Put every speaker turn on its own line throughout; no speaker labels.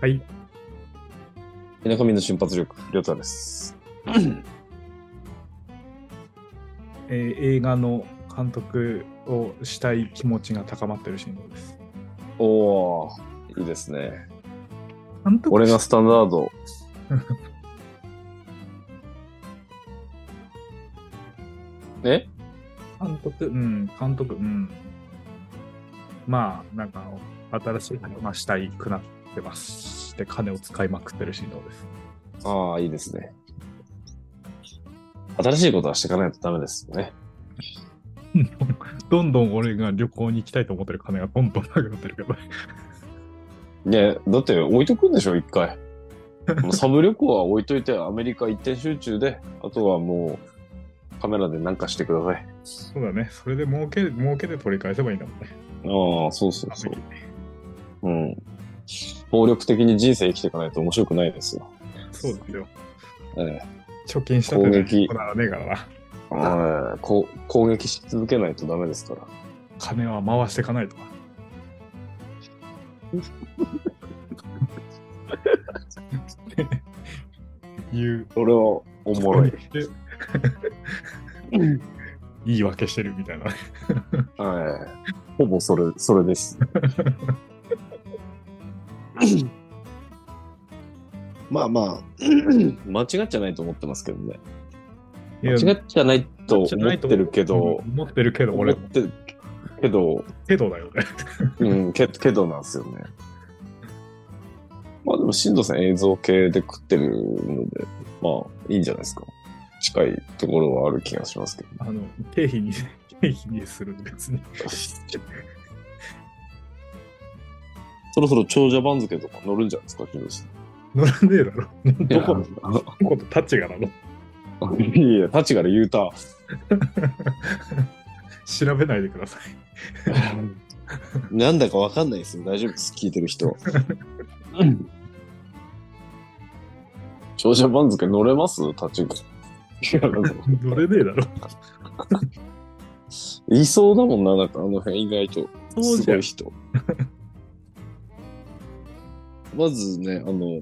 はい。
田舎民の瞬発力、りょうたです。
えー映画の監督をしたい気持ちが高まってるシーンです。
おお、いいですね。
監督
俺のスタンダード。え
監督、うん、監督、うん。まあ、なんか、新しいのがしたいくなってます。で、金を使いまくってるシーン です。
ああ、いいですね。新しいことはしていかないとダメですよね。
どんどん俺が旅行に行きたいと思ってる金がどんどんなくなってるけど。
いや、だって置いとくんでしょ、一回。もうサブ旅行は置いといて、アメリカ一点集中で、あとはもうカメラで何かしてください。
そうだね。それで儲け、儲けて取り返せばいいんだもんね。
ああ、そうそうそう。うん。暴力的に人生生きていかないと面白くないですよ。
そうですよ。
ええ
貯金したって
攻撃
こだわらねえからな。
はいこう攻撃し続けないとダメですから。
金は回していかない とか。いう。
それはおもろい。。
言い訳してるみたいな。
はい。ほぼそれ、それです。 まあまあ、 間違っちゃないと思ってますけどね。間違っちゃないと思ってるけど
う、ん思ってるけど、
思
俺
っ、てるけど、
けどだよね。
うん、けけどなんですよね。まあでも、進藤さん映像系で食ってるので、まあいいんじゃないですか。近いところはある気がしますけど。
あの、経費に、経費にするんで別に。
そろ そろ長者番付とか乗るんじゃないですか、ヒロシ
乗らねえだろ。どこ、
あの
どことタッチがなの
あ いや、立ちから言うた。
調べないでください。
なんだかわかんないですよ。大丈夫です。聞いてる人。 長者番付乗れます立ちが。いやなんか
乗れねえだろ。
いそうだもんな、なんかあの辺意外と。
そう
す
じゃん
ご い人。まずね、あの、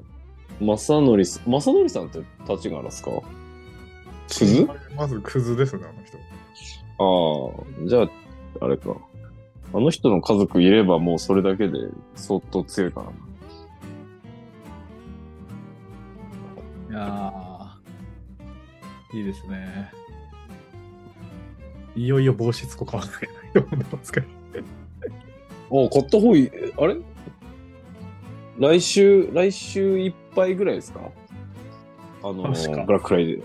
正則さん、正則さんって立ちがですかクズ
まずクズですね、あの人。
ああ、じゃあ、あれか。あの人の家族いればもうそれだけで相当強いか
い
な。
やいいですね。いよいよ帽子つこ買わなきゃいけないと思ってますけど。
あ買った方いい。えあれ来週、来週いっぱいぐらいですかあの、ブラ
確か
ックフライデー。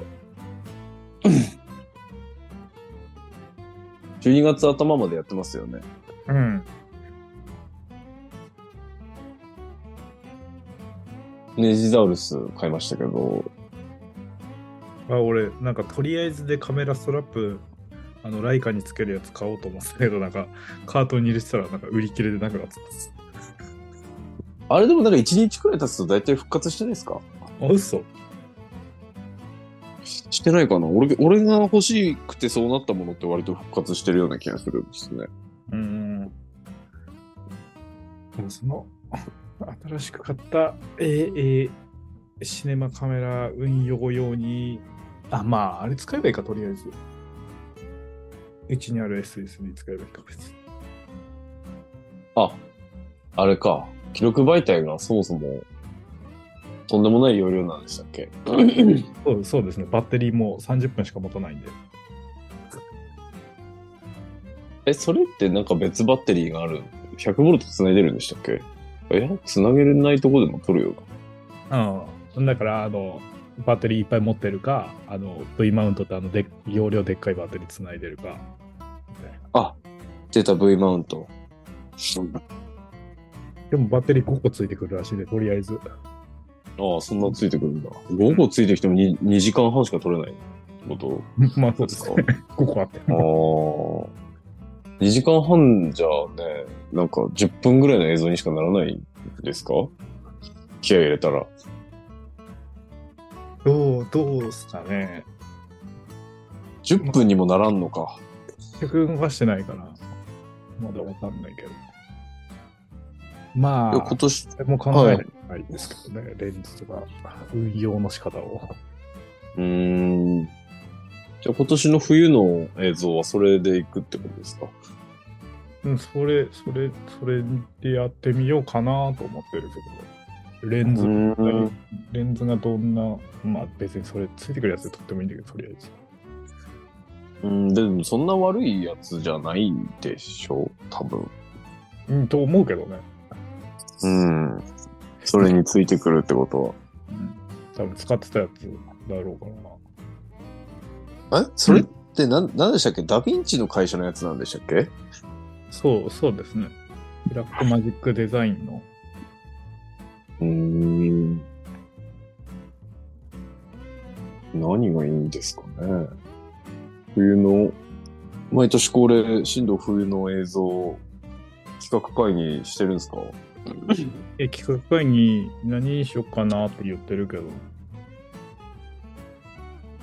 12月頭までやってますよね。
うん。
ネジザウルス買いましたけど、
あ俺、なんかとりあえずでカメラストラップ、あの、ライカにつけるやつ買おうと思ってたけど、なんか、カートに入れてたら、なんか売り切れでなくなってます。
あれでもなんか1日くらい経つと大体復活してないですか
あ、嘘
してないかな俺俺が欲しくてそうなったものって割と復活してるような気がするんですね。
うん。でもその、新しく買った、えーえーシネマカメラ運用用に、あ、まあ、あれ使えばいいか、とりあえず。うちにある SSD 使えばいいか、別に。
あ、あれか。記録媒体がそもそもとんでもない容量なんでしたっ け
そうそうですね、バッテリーも30分しか持たないんで。
え、それってなんか別バッテリーがある ?100V 繋いでるんでしたっけえ繋げれないとこでも取るよ
うん。だから、あの、バッテリーいっぱい持ってるか、あの、V マウントってあのでっ、容量でっかいバッテリーつないでるか。
な。あ、出た V マウント。
でもバッテリー5個ついてくるらしいんで、とりあえず。
ああ、そんなついてくるんだ。5個ついてきても 2, 2時間半しか取れないってこと
まあ、そう
で
ですす
か
ね。5個あって。
ああ。2時間半じゃね、なんか10分ぐらいの映像にしかならないですか気合い入れたら。
どう、どうですかね。
10分にもならんのか。
結局動かしてないから、まだわかんないけど。ま
いや
あ、
今年、
でも考えないですけどね、レンズとか、運用の仕方を。
うーん。じゃあ今年の冬の映像はそれでいくってことですか
うん、それ、それ、それでやってみようかなと思ってるけど、レンズ、
ーん
レンズがどんな、まあ別にそれついてくるやつで撮ってもいいんだけど、とりあえず。
うん。でもそんな悪いやつじゃないでしょう多分。
うん、と思うけどね。
うん。それについてくるってことは。
うん。多分使ってたやつだろうからな。
えそれってなん、なんでしたっけダヴィンチの会社のやつなんでしたっけ
そう、そうですね。ブラックマジックデザインの。
うーん。何がいいんですかね。冬の、毎年恒例、震度冬の映像、企画会議してるんですか
え、企画会に何にしよっかなって言ってるけど、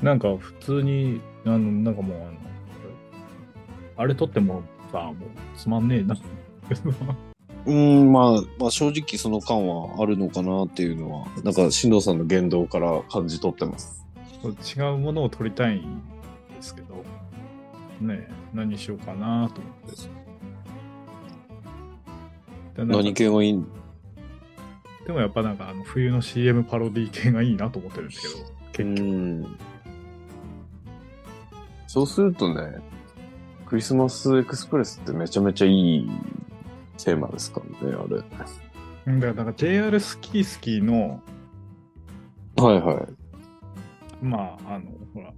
なんか普通に、あの、なんかもう、あの、あれ撮ってもさ、もうつまんねえな。
うーん、まあ、まあ正直その感はあるのかなっていうのは、なんか、進藤さんの言動から感じ取ってます。
違うものを撮りたいんですけど、ねえ、何しようかなと思って。でなんか
何系がいい
でもやっぱなんかあの冬の CM パロディ系がいいなと思ってるんですけど、結
う
局。
ーん。そうするとね、クリスマスエクスプレスってめちゃめちゃいいテーマですからね、あれ。
うんだからなんか JR スキースキーの、
はいはい。
まあ、あの、ほら、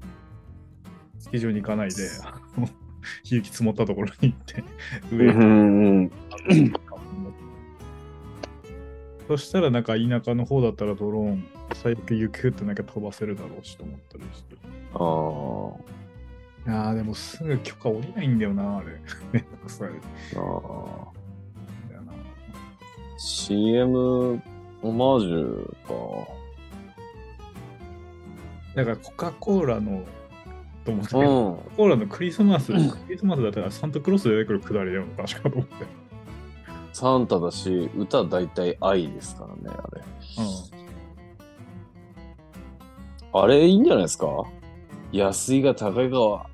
スキー場に行かないで、あの雪積もったところに行って、
う
上に
んうん。
そしたらなんか田舎の方だったらドローン、最悪雪降ってなきゃ飛ばせるだろうしと思ったりして。
ああ
いやーでもすぐ許可下りないんだよな、あれ。 めんどくさいん
ああ。
だよな。
CM オマージュ
だからコカ・コーラの、と思って
か。ん。
コカ・コーラのクリスマス、クリスマスだったらサンタクロースで出てくるくだりだよな、確かと思って。
サンタだし、歌大体愛ですからね、あれ。あれいいんじゃないですか安いが高いがは、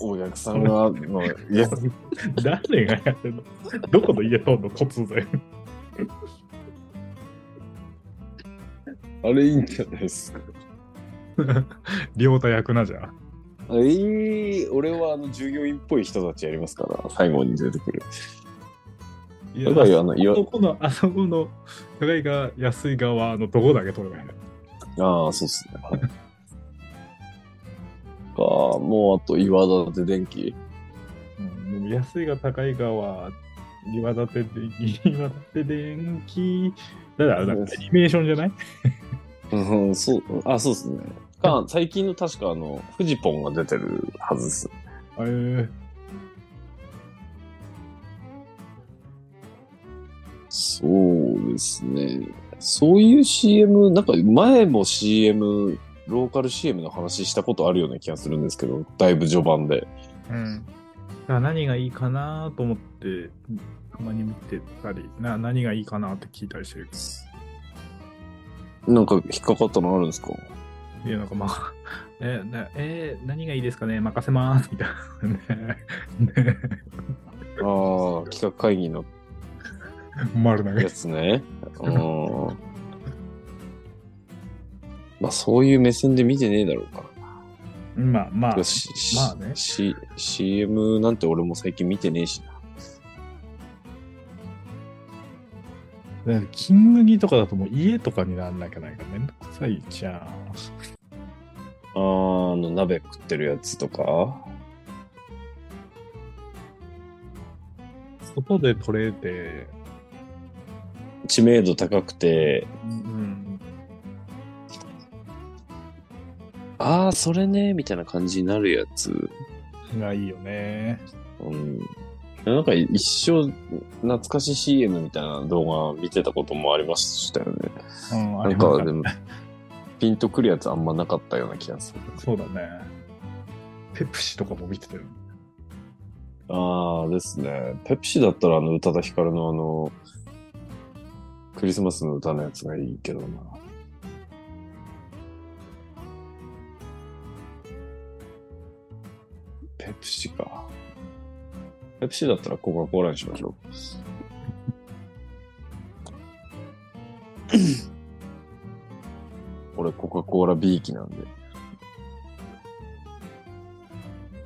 お客さん が、のいや
うん。誰がやってんのどこの家とんの突然。
あれいいんじゃないですか。
両太役なじゃん。
あれいい、俺はあの従業員っぽい人たちやりますから、最後に出てくる。
い
やだからあのいわ
あそこの、あそこの、高いが安い側のどこだけ取ればいいの
ああ、そうっすね。はいか、もうあと岩立電気。
うん、でも安いが高いがは、岩立てで、岩立て電気、だから、なんかアニメーションじゃない
うん、そう、あ、そうですね。か、最近の確かあの、フジポンが出てるはずです。
えー、
そうですね。そういう CM、なんか前も CM、ローカル CM の話したことあるような気がするんですけど、だいぶ序盤で。
うん。だから何がいいかなと思って、たまに見てたり、な何がいいかなって聞いたりしてる。
なんか引っかかったのあるんですか
いや、なんかまあ、 えーなえー何がいいですかね任せます、みたいなね。ね
ああ、企画会議の
丸投げ
や。つ ね。うん。まあそういう目線で見てねえだろうか。
まあまあ、
し
まあね
し CM なんて俺も最近見てねえしな。
キングギとかだともう家とかにならなきゃないからめんどくさいじゃん。
あーあの鍋食ってるやつとか。
外で取れて、
知名度高くて。
うん、
ああ、それね、みたいな感じになるやつ。
がいいよね。
うん。なんか一生懐かし CM みたいな動画見てたこともありましたよね。
うん、あ
な
れ
ん
は
か
な
でも、ピンとくるやつあんまなかったような気がする。
そうだね。ペプシとかも見てたよ。
ああですね。ペプシだったらあの、宇多田ヒカルのあの、クリスマスの歌のやつがいいけどな。ペプシか。ペプシだったらコカ・コーラにしましょう。俺、コカ・コーラ B 期なんで。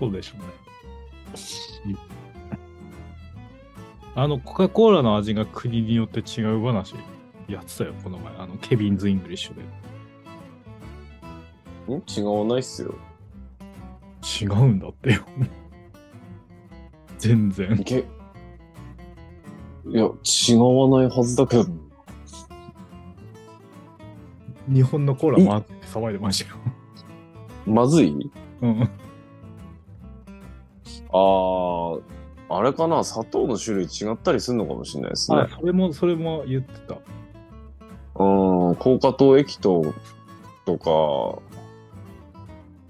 そうでしょうね。あの、コカ・コーラの味が国によって違う話やってたよ、この前。あの、ケビンズ・イングリッシュで。
ん違わないっすよ。
違うんだってよ。全然。
いけ。いや、違わないはずだけど、
日本のコーラもあって騒いでましたよ。
まずい
うん。
ああ、あれかな、砂糖の種類違ったりするのかもしれないですね。
あそれも、それも言ってた。
うん、高果糖液糖とか、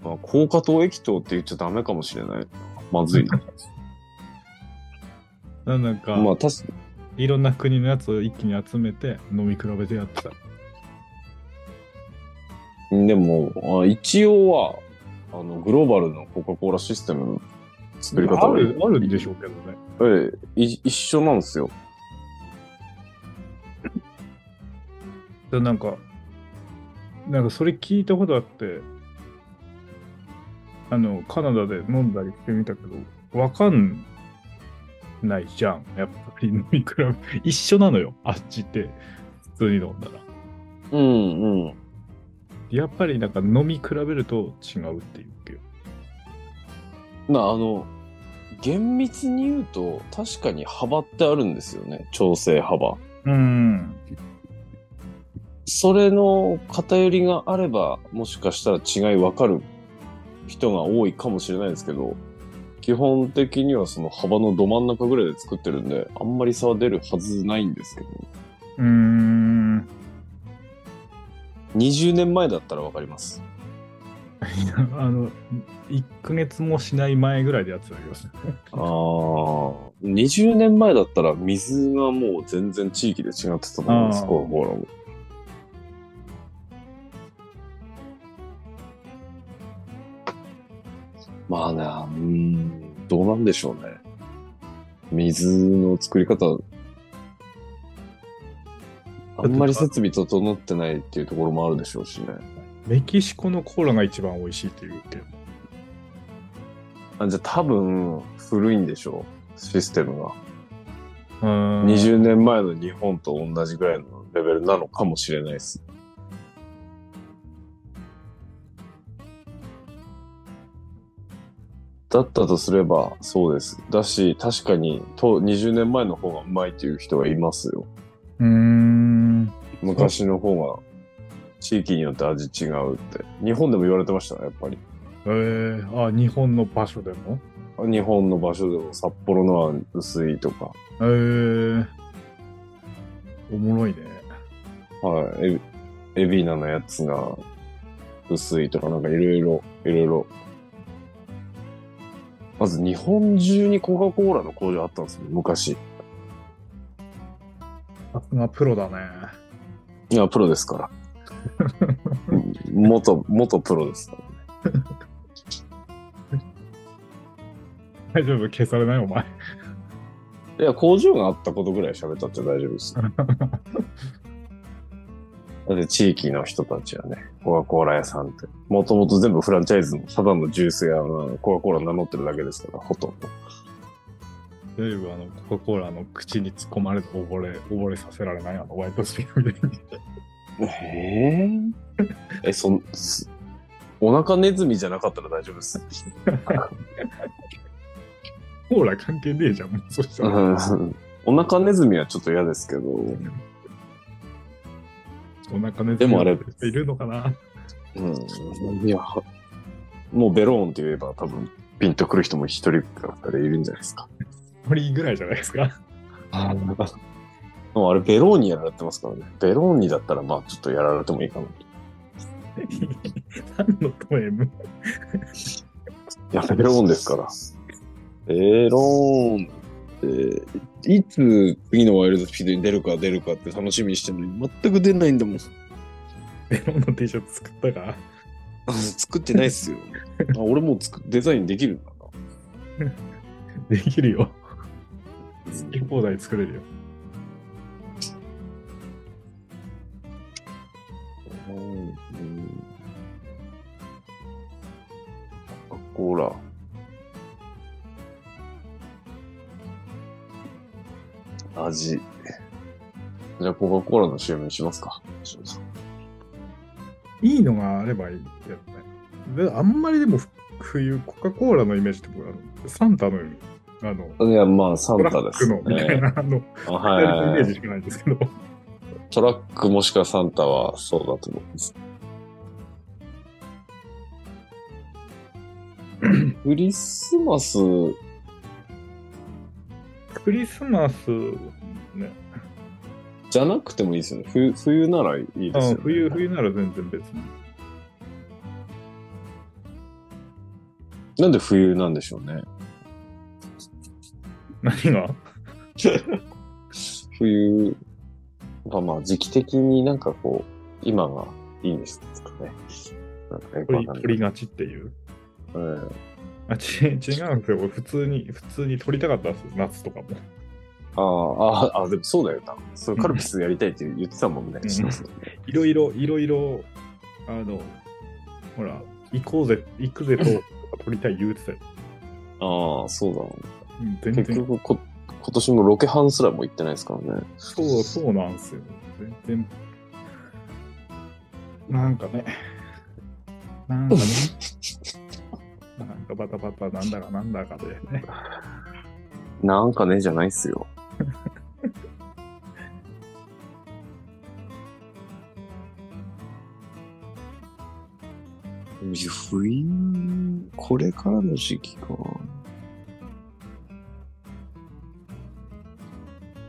まあ、高果糖液糖って言っちゃダメかもしれない。まずいな。
ななんか、
まあ、確か
いろんな国のやつを一気に集めて飲み比べてやってた。
に、でも、あ一応は、あの、グローバルのコカ・コーラシステムの作り方
あ
は
る、あるんでしょうけどね。
ええ、い一緒なんですよ。
でなんか、なんかそれ聞いたことあって、あの、カナダで飲んだりしてみたけど、わかんないじゃん。やっぱり飲み比べ、一緒なのよ。あっちって、普通に飲んだら。
うん、うん。
やっぱりなんか飲み比べると違うっていうわけよ。
まああの厳密に言うと確かに幅ってあるんですよね調整幅
うん。
それの偏りがあればもしかしたら違い分かる人が多いかもしれないですけど基本的にはその幅のど真ん中ぐらいで作ってるんであんまり差は出るはずないんですけど
うーん。
20年前だったら分かります
あの、1ヶ月もしない前ぐらいでやってたけどね。
ああ20年前だったら水がもう全然地域で違ってたと思うんです
あー
コカ・コーラもまあねうーんどうなんでしょうね水の作り方あんまり設備整ってないっていうところもあるでしょうしね
メキシコのコーラが一番美味しいっていうけど。
あじゃあ多分古いんでしょうシステムが
うーん
20年前の日本と同じぐらいのレベルなのかもしれないです。だったとすればそうです。だし、確かにと20年前の方がうまいという人はいますよ。
うーん。
昔の方が地域によって味違うって。日本でも言われてましたね、やっぱり。
えー、あ、日本の場所でも
日本の場所でも札幌のは薄いとか。
えー、おもろいね。
はい。エエビナのやつが薄いとか、なんかいろいろ、いろいろ。まず日本中にコカ・コーラの工場あったんですよ、昔。
さすがプロだね。
いや、プロですから。うん元、元プロですから。
大丈夫消されないお前。
いや、工場があったことぐらい喋ったって大丈 夫です。だって地域の人たちはね、コカ・コーラ屋さんって、もともと全部フランチャイズの、ただのジュース屋のコカ・コーラ名乗ってるだけですから、ほとんど。
大丈夫あの、コカ・コーラの口に突っ込まれて溺れ、溺れさせられないあの、ホワイトスピードみたいに。
えー、え、そん、すお腹ネズミじゃなかったら大丈夫です。
コーラ関係ねえじゃん、もうそしたら。
お腹ネズミはちょっと嫌ですけど、
お腹ね、
でもあれ
いるのかな
うん、いや、もうベローンって言えば多分ピンとくる人も一人か二人いるんじゃないですか。
?1 人ぐらいじゃないですか。
まもあれ、ベローニやられてますからね。ベローニだったら、まあ、ちょっとやられてもいいかな。
何のポエム
いや、ベローンですから。ベローンって、いつ次のワイルドスピードに出るか出るかって楽しみにしてるのに、全く出ないんだもん。
ベロンの T シャツ作ったか
あ作ってないっすよ。あ俺もう作デザインできるんだな。
できるよ。好き放題作れるよ。
うんうんあほら。味。じゃあ、コカ・コーラの CM にしますか。
いいのがあればいいけどね。であんまりでもふ冬、コカ・コーラのイメージって僕あのサンタのあの、
いや、まあ、サ
ト
ン
ラ
タで
ック
す、
のみたい
ね。
な、あの、
あはいはい
イ
は
メー
い
ジしかないんですけど。
トラックもしくはサンタはそうだと思い ます。クリスマス、
クリスマス、ね、
じゃなくてもいいですよね。冬冬ならいいですよ、
あ
ね。
冬、冬なら全然別に。
なんで冬なんでしょうね。
何が
冬はまあ時期的になんかこう、今がいいんですかね。なんかよく
取り
わかんない
取りがちっていう。
うん
あ、ち違うんですよ。俺普通に、普通に取りたかったんですよ。夏とかも。
ああ、ああ、でもそうだよな。それカルピスやりたいって言ってたもん ね。
うん
そうそう
いろいろ、いろいろ、あの、ほら、行こうぜ、行くぜと、取りたい言うてたよ。
ああ、そうだ
う
な。
ん、全
結
然、
局こ、今年もロケハンすらも行ってないですからね。
そう、そうなんですよ。全然。なんかね、なんか ね、なんかバタバタなんだかなんだかでね。
なんかね、じゃないっすよ。 冬、これからの時期か。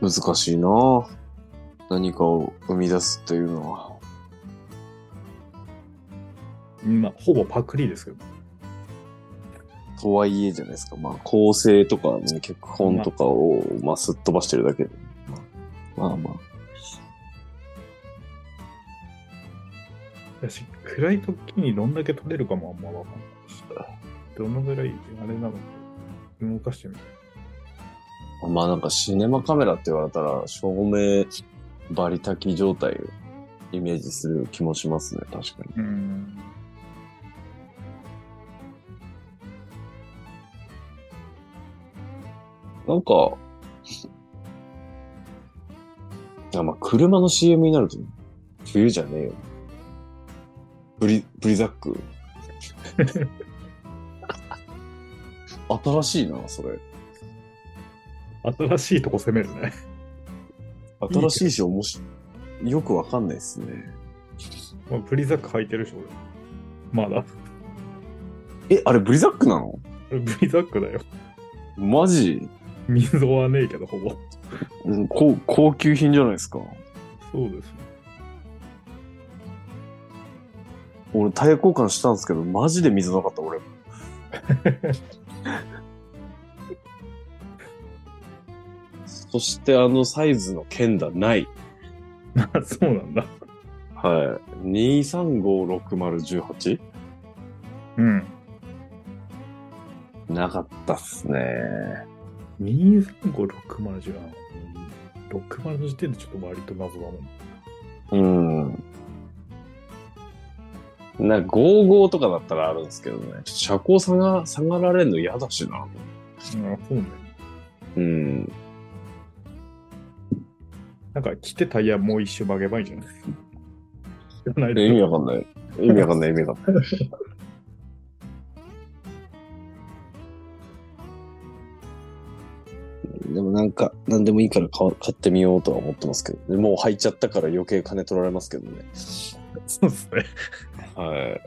難しいなぁ何かを生み出すというのは。
まあ、ほぼパクリですけど。
とはいえじゃないですか。まあ、構成とか、ね、脚本とかを、まあ、すっ飛ばしてるだけで。まあ、まあ、まあ。
だし、暗い時にどんだけ取れるかもあんまわかんないし、どのぐらいあれなのか動かしてみる。
まあなんかシネマカメラって言われたら、照明バリ炊き状態をイメージする気もしますね、確か
う
に。
ん。
なんか、あまあ車の CM になると、冬じゃねえよ。ブリ、ブリザック。新しいな、それ。
新しいとこ攻めるね。
新しいし、面白い。よくわかんないですね。
まあ、プリザック履いてるし、俺。まだ。
え、あれブリザックなの
俺ブリザックだよ。
マジ
溝はねえけど、ほぼ。
うん高高級品じゃないですか。
そうですよ。
俺、タイヤ交換したんですけど、マジで水なかった、俺。 そして、あのサイズの剣だ、ない。
あ そうなんだ。
はい。2356018?
うん。
なかったっすね。
235610なの。60の時点でちょっと割と謎だもん。
うん。なんか、55とかだったらあるんですけどね。ちょっと車高下が、下がられるの嫌だしな。
あそうね。
うん。
なんか、着てタイヤもう一周曲げばいいん じゃない知らない
え意
で
味わかんない。意味わかんない、意味わかんない。 でもなんか、なんでもいいから買わ買ってみようとは思ってますけど、でもう履いちゃったから余計金取られますけどね。
そうですね。
はい。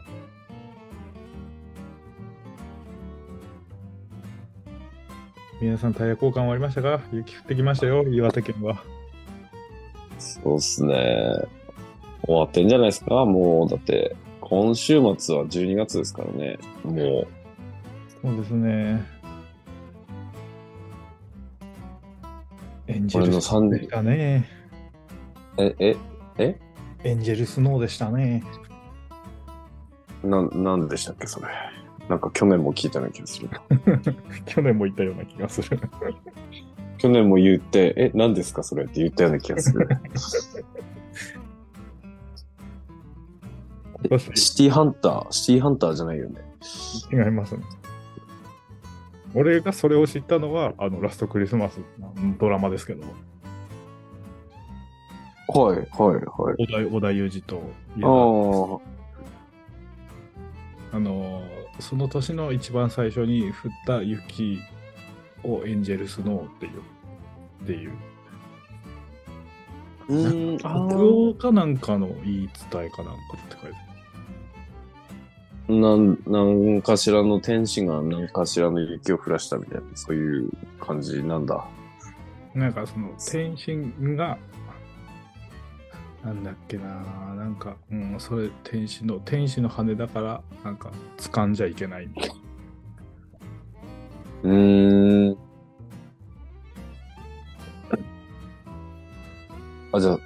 皆さんタイヤ交換終わりましたか雪降ってきましたよ、岩手県は。
そうっすね。終わってんじゃないですかもう、だって、今週末は12月ですからね。も
そうですね。エンジ
う、
ェ
俺
ル
の
スノーで
3
し、たね。
え、え、
エンジェルスノーでしたね。
なん、なんでしたっけ、それ。なんか去年も聞いたような気がする。
去年も言ったような気がする。
去年も言って、え、何ですか、それって言ったような気がする。
今年
シティハンター、シティハンターじゃないよね。
違いますね。俺がそれを知ったのは、あの、ラストクリスマスのドラマですけど、
はい、はい、はい。
小田小田裕二といえば、
ああ、
あの、その年の一番最初に降った雪をエンジェルスノーっていう、っていう、
うーん、
北
あー
欧かなんかの言い伝えかなんかって書いてあ
なん、なんかしらの天使が何かしらの雪を降らしたみたいな、そういう感じなんだ。
る。なんかその、天神が、なんだっけななんか、うん、それ天使の、天使の羽だから、なんか、掴んじゃいけ ない。
うーん。あ、じゃあ、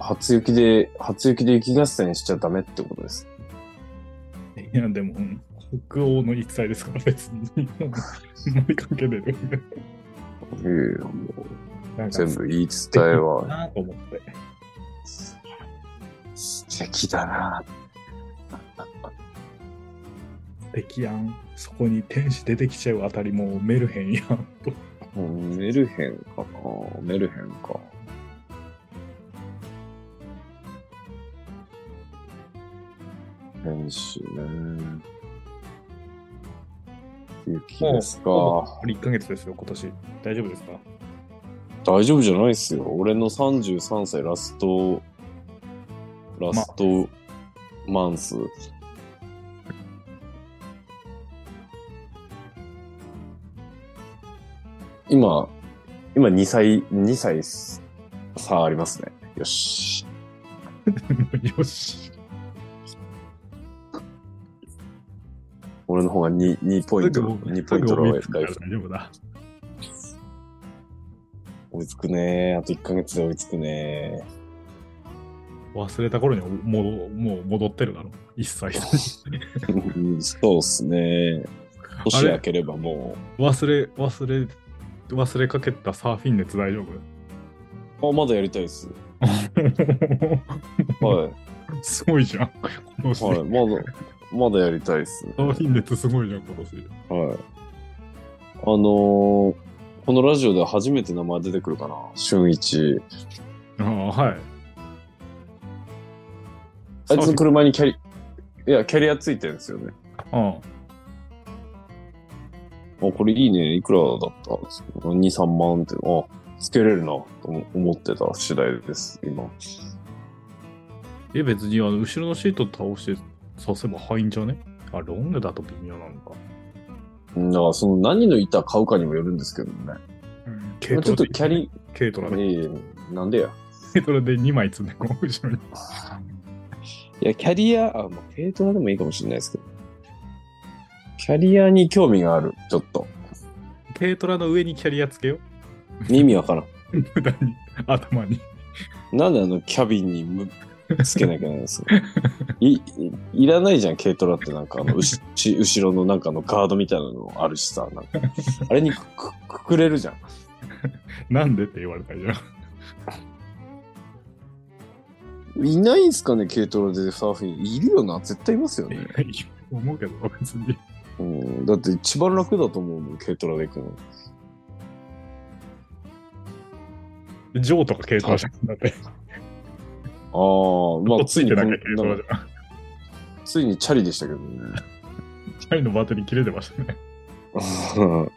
初雪で、初雪で雪合戦しちゃダメってことです。
いや、でも、うん北欧の言い伝えですから、別に。あんまり関係ないと思うね。
いやいやもう
なんか
全部言い伝えは
なあと思って。
素敵だな。
素敵やん。そこに天使出てきちゃうあたりもうメルヘンやん。と
うんメルヘンかな。メルヘンか。天使ね。雪ですか。
もう1ヶ月ですよ、今年。大丈夫ですか
大丈夫じゃないですよ。俺の33歳ラスト、ラストマンス。今、今2歳、2歳す差ありますね。よし。
よし。
俺の方が2、2ポイント、2ポイント
追
の
いつくか
ライ
ら
フ。
大丈夫だ。
追いつくねあと1ヶ月で追いつくね
忘れた頃にはもうもう戻ってるだろ。一切。
うんそうっすね年明ければも
忘れ、忘れ、忘れかけたサーフィン熱大丈
う、あ、まだやりたいっす。
夫
はい。
すごいじゃん。今年。
はい、まだ、まだやりたいですね。
サーフィン熱すごいじゃん、今年。
はい。あのーこのラジオでは初めて名前出てくるかな。俊一。
ああ、はい。
あいつの車にキャリ、いや、キャリアついてるんですよね。
あ
あ、これいいね。いくらだったんですか ?2、3万って、あ、つけれるな、と思ってた次第です、今。
え、別にあの後ろのシート倒して刺せば入んじゃねあ、ロングだと微妙なのか。
うんだから、その何の板買うかにもよるんですけどね。
軽
まあち
ト
ょ
ラ
っと
で
キャリ、
軽トラで。
ええなんでや。
軽トラで2枚詰め込む、後ろに。
いや、キャリア、あ、まあ、軽トラでもいいかもしれないですけど。キャリアに興味がある、ちょっと。
軽トラの上にキャリアつけよ。
意味わからん。
無駄に、頭に。
なんであのキャビンにむつけなきゃいけないん ですかいいいらないじゃん、軽トラってなんかあのうしち後ろのなんかのガードみたいなのあるしさ、なんかあれにくくくくれるじゃん。
なんでって言われたじゃん。
いないんすかね、軽トラでサーフィン。いるよな、絶対いますよね。
思うけど、別に。
うん、だって一番楽だと思うもん、軽トラで行くの。
ジョーとか軽トラじゃん。だって、
ああ、まあつ
つい
いに
て
こ
な
の
きゃ軽ト
な
ラ
ん
じ
か
ゃん。
ついにチャリでしたけどね。
チャリのバッテリー切れてましたね。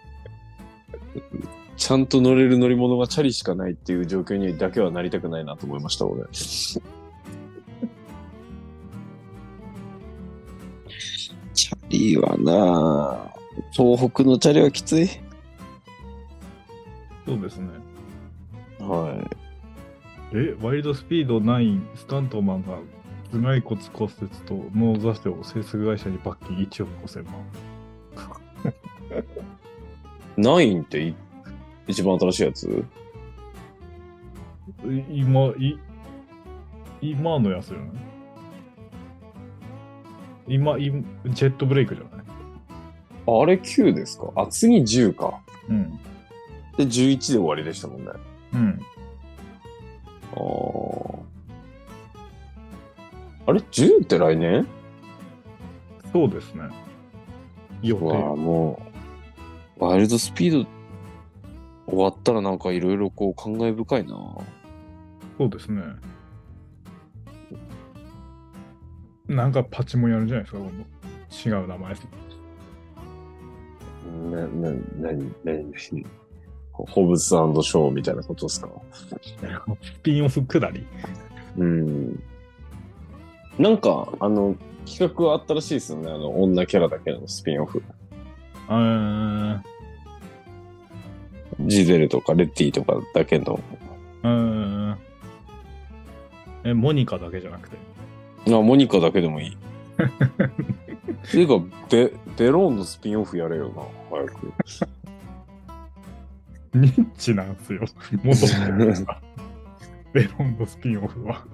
ちゃんと乗れる乗り物がチャリしかないっていう状況にだけはなりたくないなと思いました、俺。 チャリはな東北のチャリはきつい。
そうですね。
は
え、ワイルドスピード9、スタントマンが頭蓋骨骨折と脳挫傷、制作会社に罰金1億5000万。
ナインってい一番新しいやつ
い今、い、今のやつじゃない今、い、ジェットブレイクじゃない
あれ9ですかあ、次10か。
うん。
で、11で終わりでしたもんね。
うん。
あーあれ ?10 って来年
そうですね。予
うわあ
定。
もう、ワイルドスピード終わったらなんかいろいろこう感慨深いな。
そうですね。なんかパチもやるんじゃないですか、今度。違う名前。
な、な、なに、なに、なに。 ホブズショーみたいなことですか
ス ピンオフ下り。
うん。なんか、あの、企画はあったらしいですよね。あの、女キャラだけのスピンオフ。
あ
ジデルとかレッティとかだけの。
ーうん。え、モニカだけじゃなくて。
あ、モニカだけでもいい。 ていうか、デ、デローンのスピンオフやれよな、早く。
ニッチなんですよ。元 々ベロンのスピンオフは。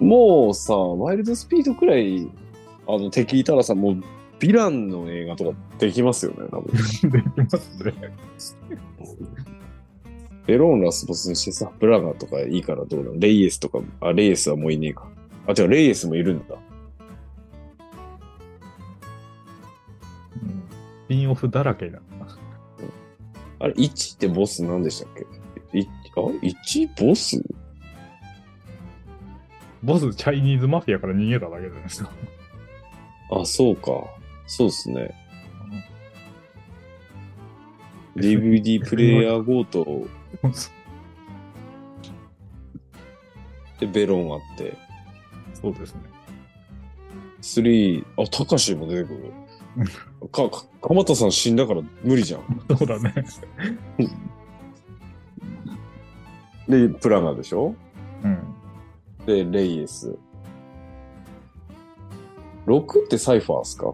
もうさ、ワイルドスピードくらい、あの、敵いたらさ、もう、ヴィランの映画とかできますよね、多分。
できますね。
ベローンラスボスにしてさ、ブラガーとかいいからどうなのレイエスとか、あ、レイエスはもういねえか。あ、違う、レイエスもいるんだ。
うんスピンオフだらけだな。
あれ、1ってボス何でしたっけいあ、1? ボス
ボス、チャイニーズマフィアから逃げただけじゃないですか。
あ、そうか。そうですね。DVD プレイヤー強盗でベロンあって、
そうですね。
3、あ、タカシも出てくる。か、か、鎌田さん死んだから無理じゃん。
そうだね。
で、プラナーでしょ
うん。
で、レイエス。6ってサイファーっすか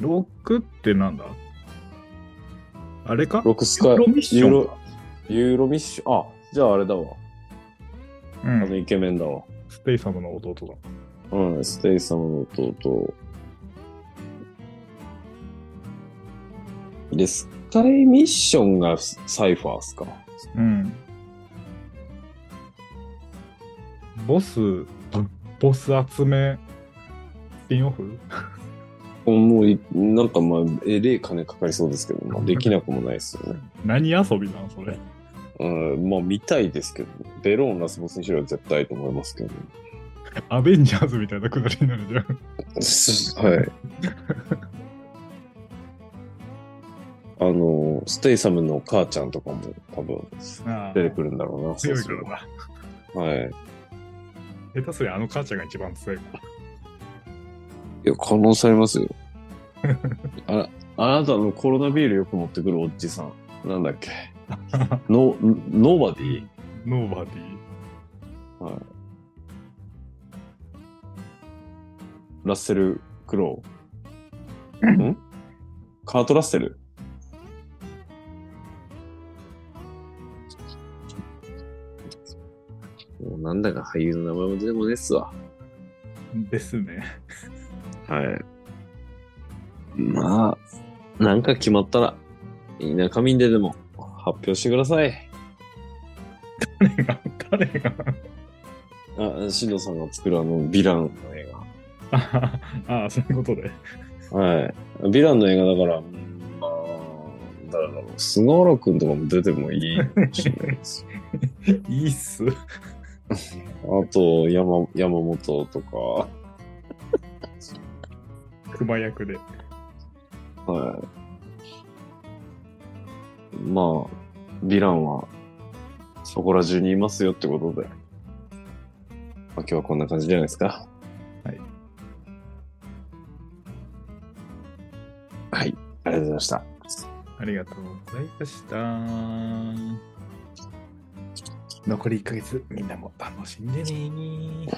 ロックってなんだあれか
六スカイ
ユーロミッシ
ユー
ョン
ロ
か。
ユーロミッション。あ、じゃああれだわ。
う
あ
ん
のイケメンだわ。
ステイサムの弟だ。
うん、ステイサムの弟。で、スカイミッションがサイファーっすか。
うん。ボス、ボス集め、スピンオフ
もうい、なんかまあ、えれえ金かかりそうですけど、まあ、できなくもないですよね。
何遊びなんそれ。
うん、まあ、見たいですけど、ベローンラスボスにしろ絶対と思いますけど、
アベンジャーズみたいなくだりになるじゃん。
はい。 あの、ステイサムの母ちゃんとかも多分出てくるんだろうな。
強い
そ
から
うする
な。
とはい。
下手すりゃあの母ちゃんが一番強いから。
いや、可能性あり ますよ。あら、あなたのコロナビールよく持ってくるおじさん。なんだっ け。ノ、ノーバディ
ノーバデ
ラッセル・クロウ。んカート・ラッセル。もうなんだか俳優の名前も出てもねっすわ。
ィですね。
はい。まあ、なんか決まったら、田舎民ででも発表してください。
誰が、誰が。
あ、新藤さんが作るあの、ヴィランの映画。
ああ、そういうことで。
はい。ヴィランの映画だから、うんまあ、誰だろう、菅原くんとかも出てもいいかもしれないです。
いいっす。
あと、山、山本とか、
熊役で。
はい。まあ、ヴィランは、そこら中にいますよってことで。まあ、今日はこんな感じじゃないですか。
はい。
はい、ありがとうございました。
ありがとうございました。残り1ヶ月みんなも楽しんでねー。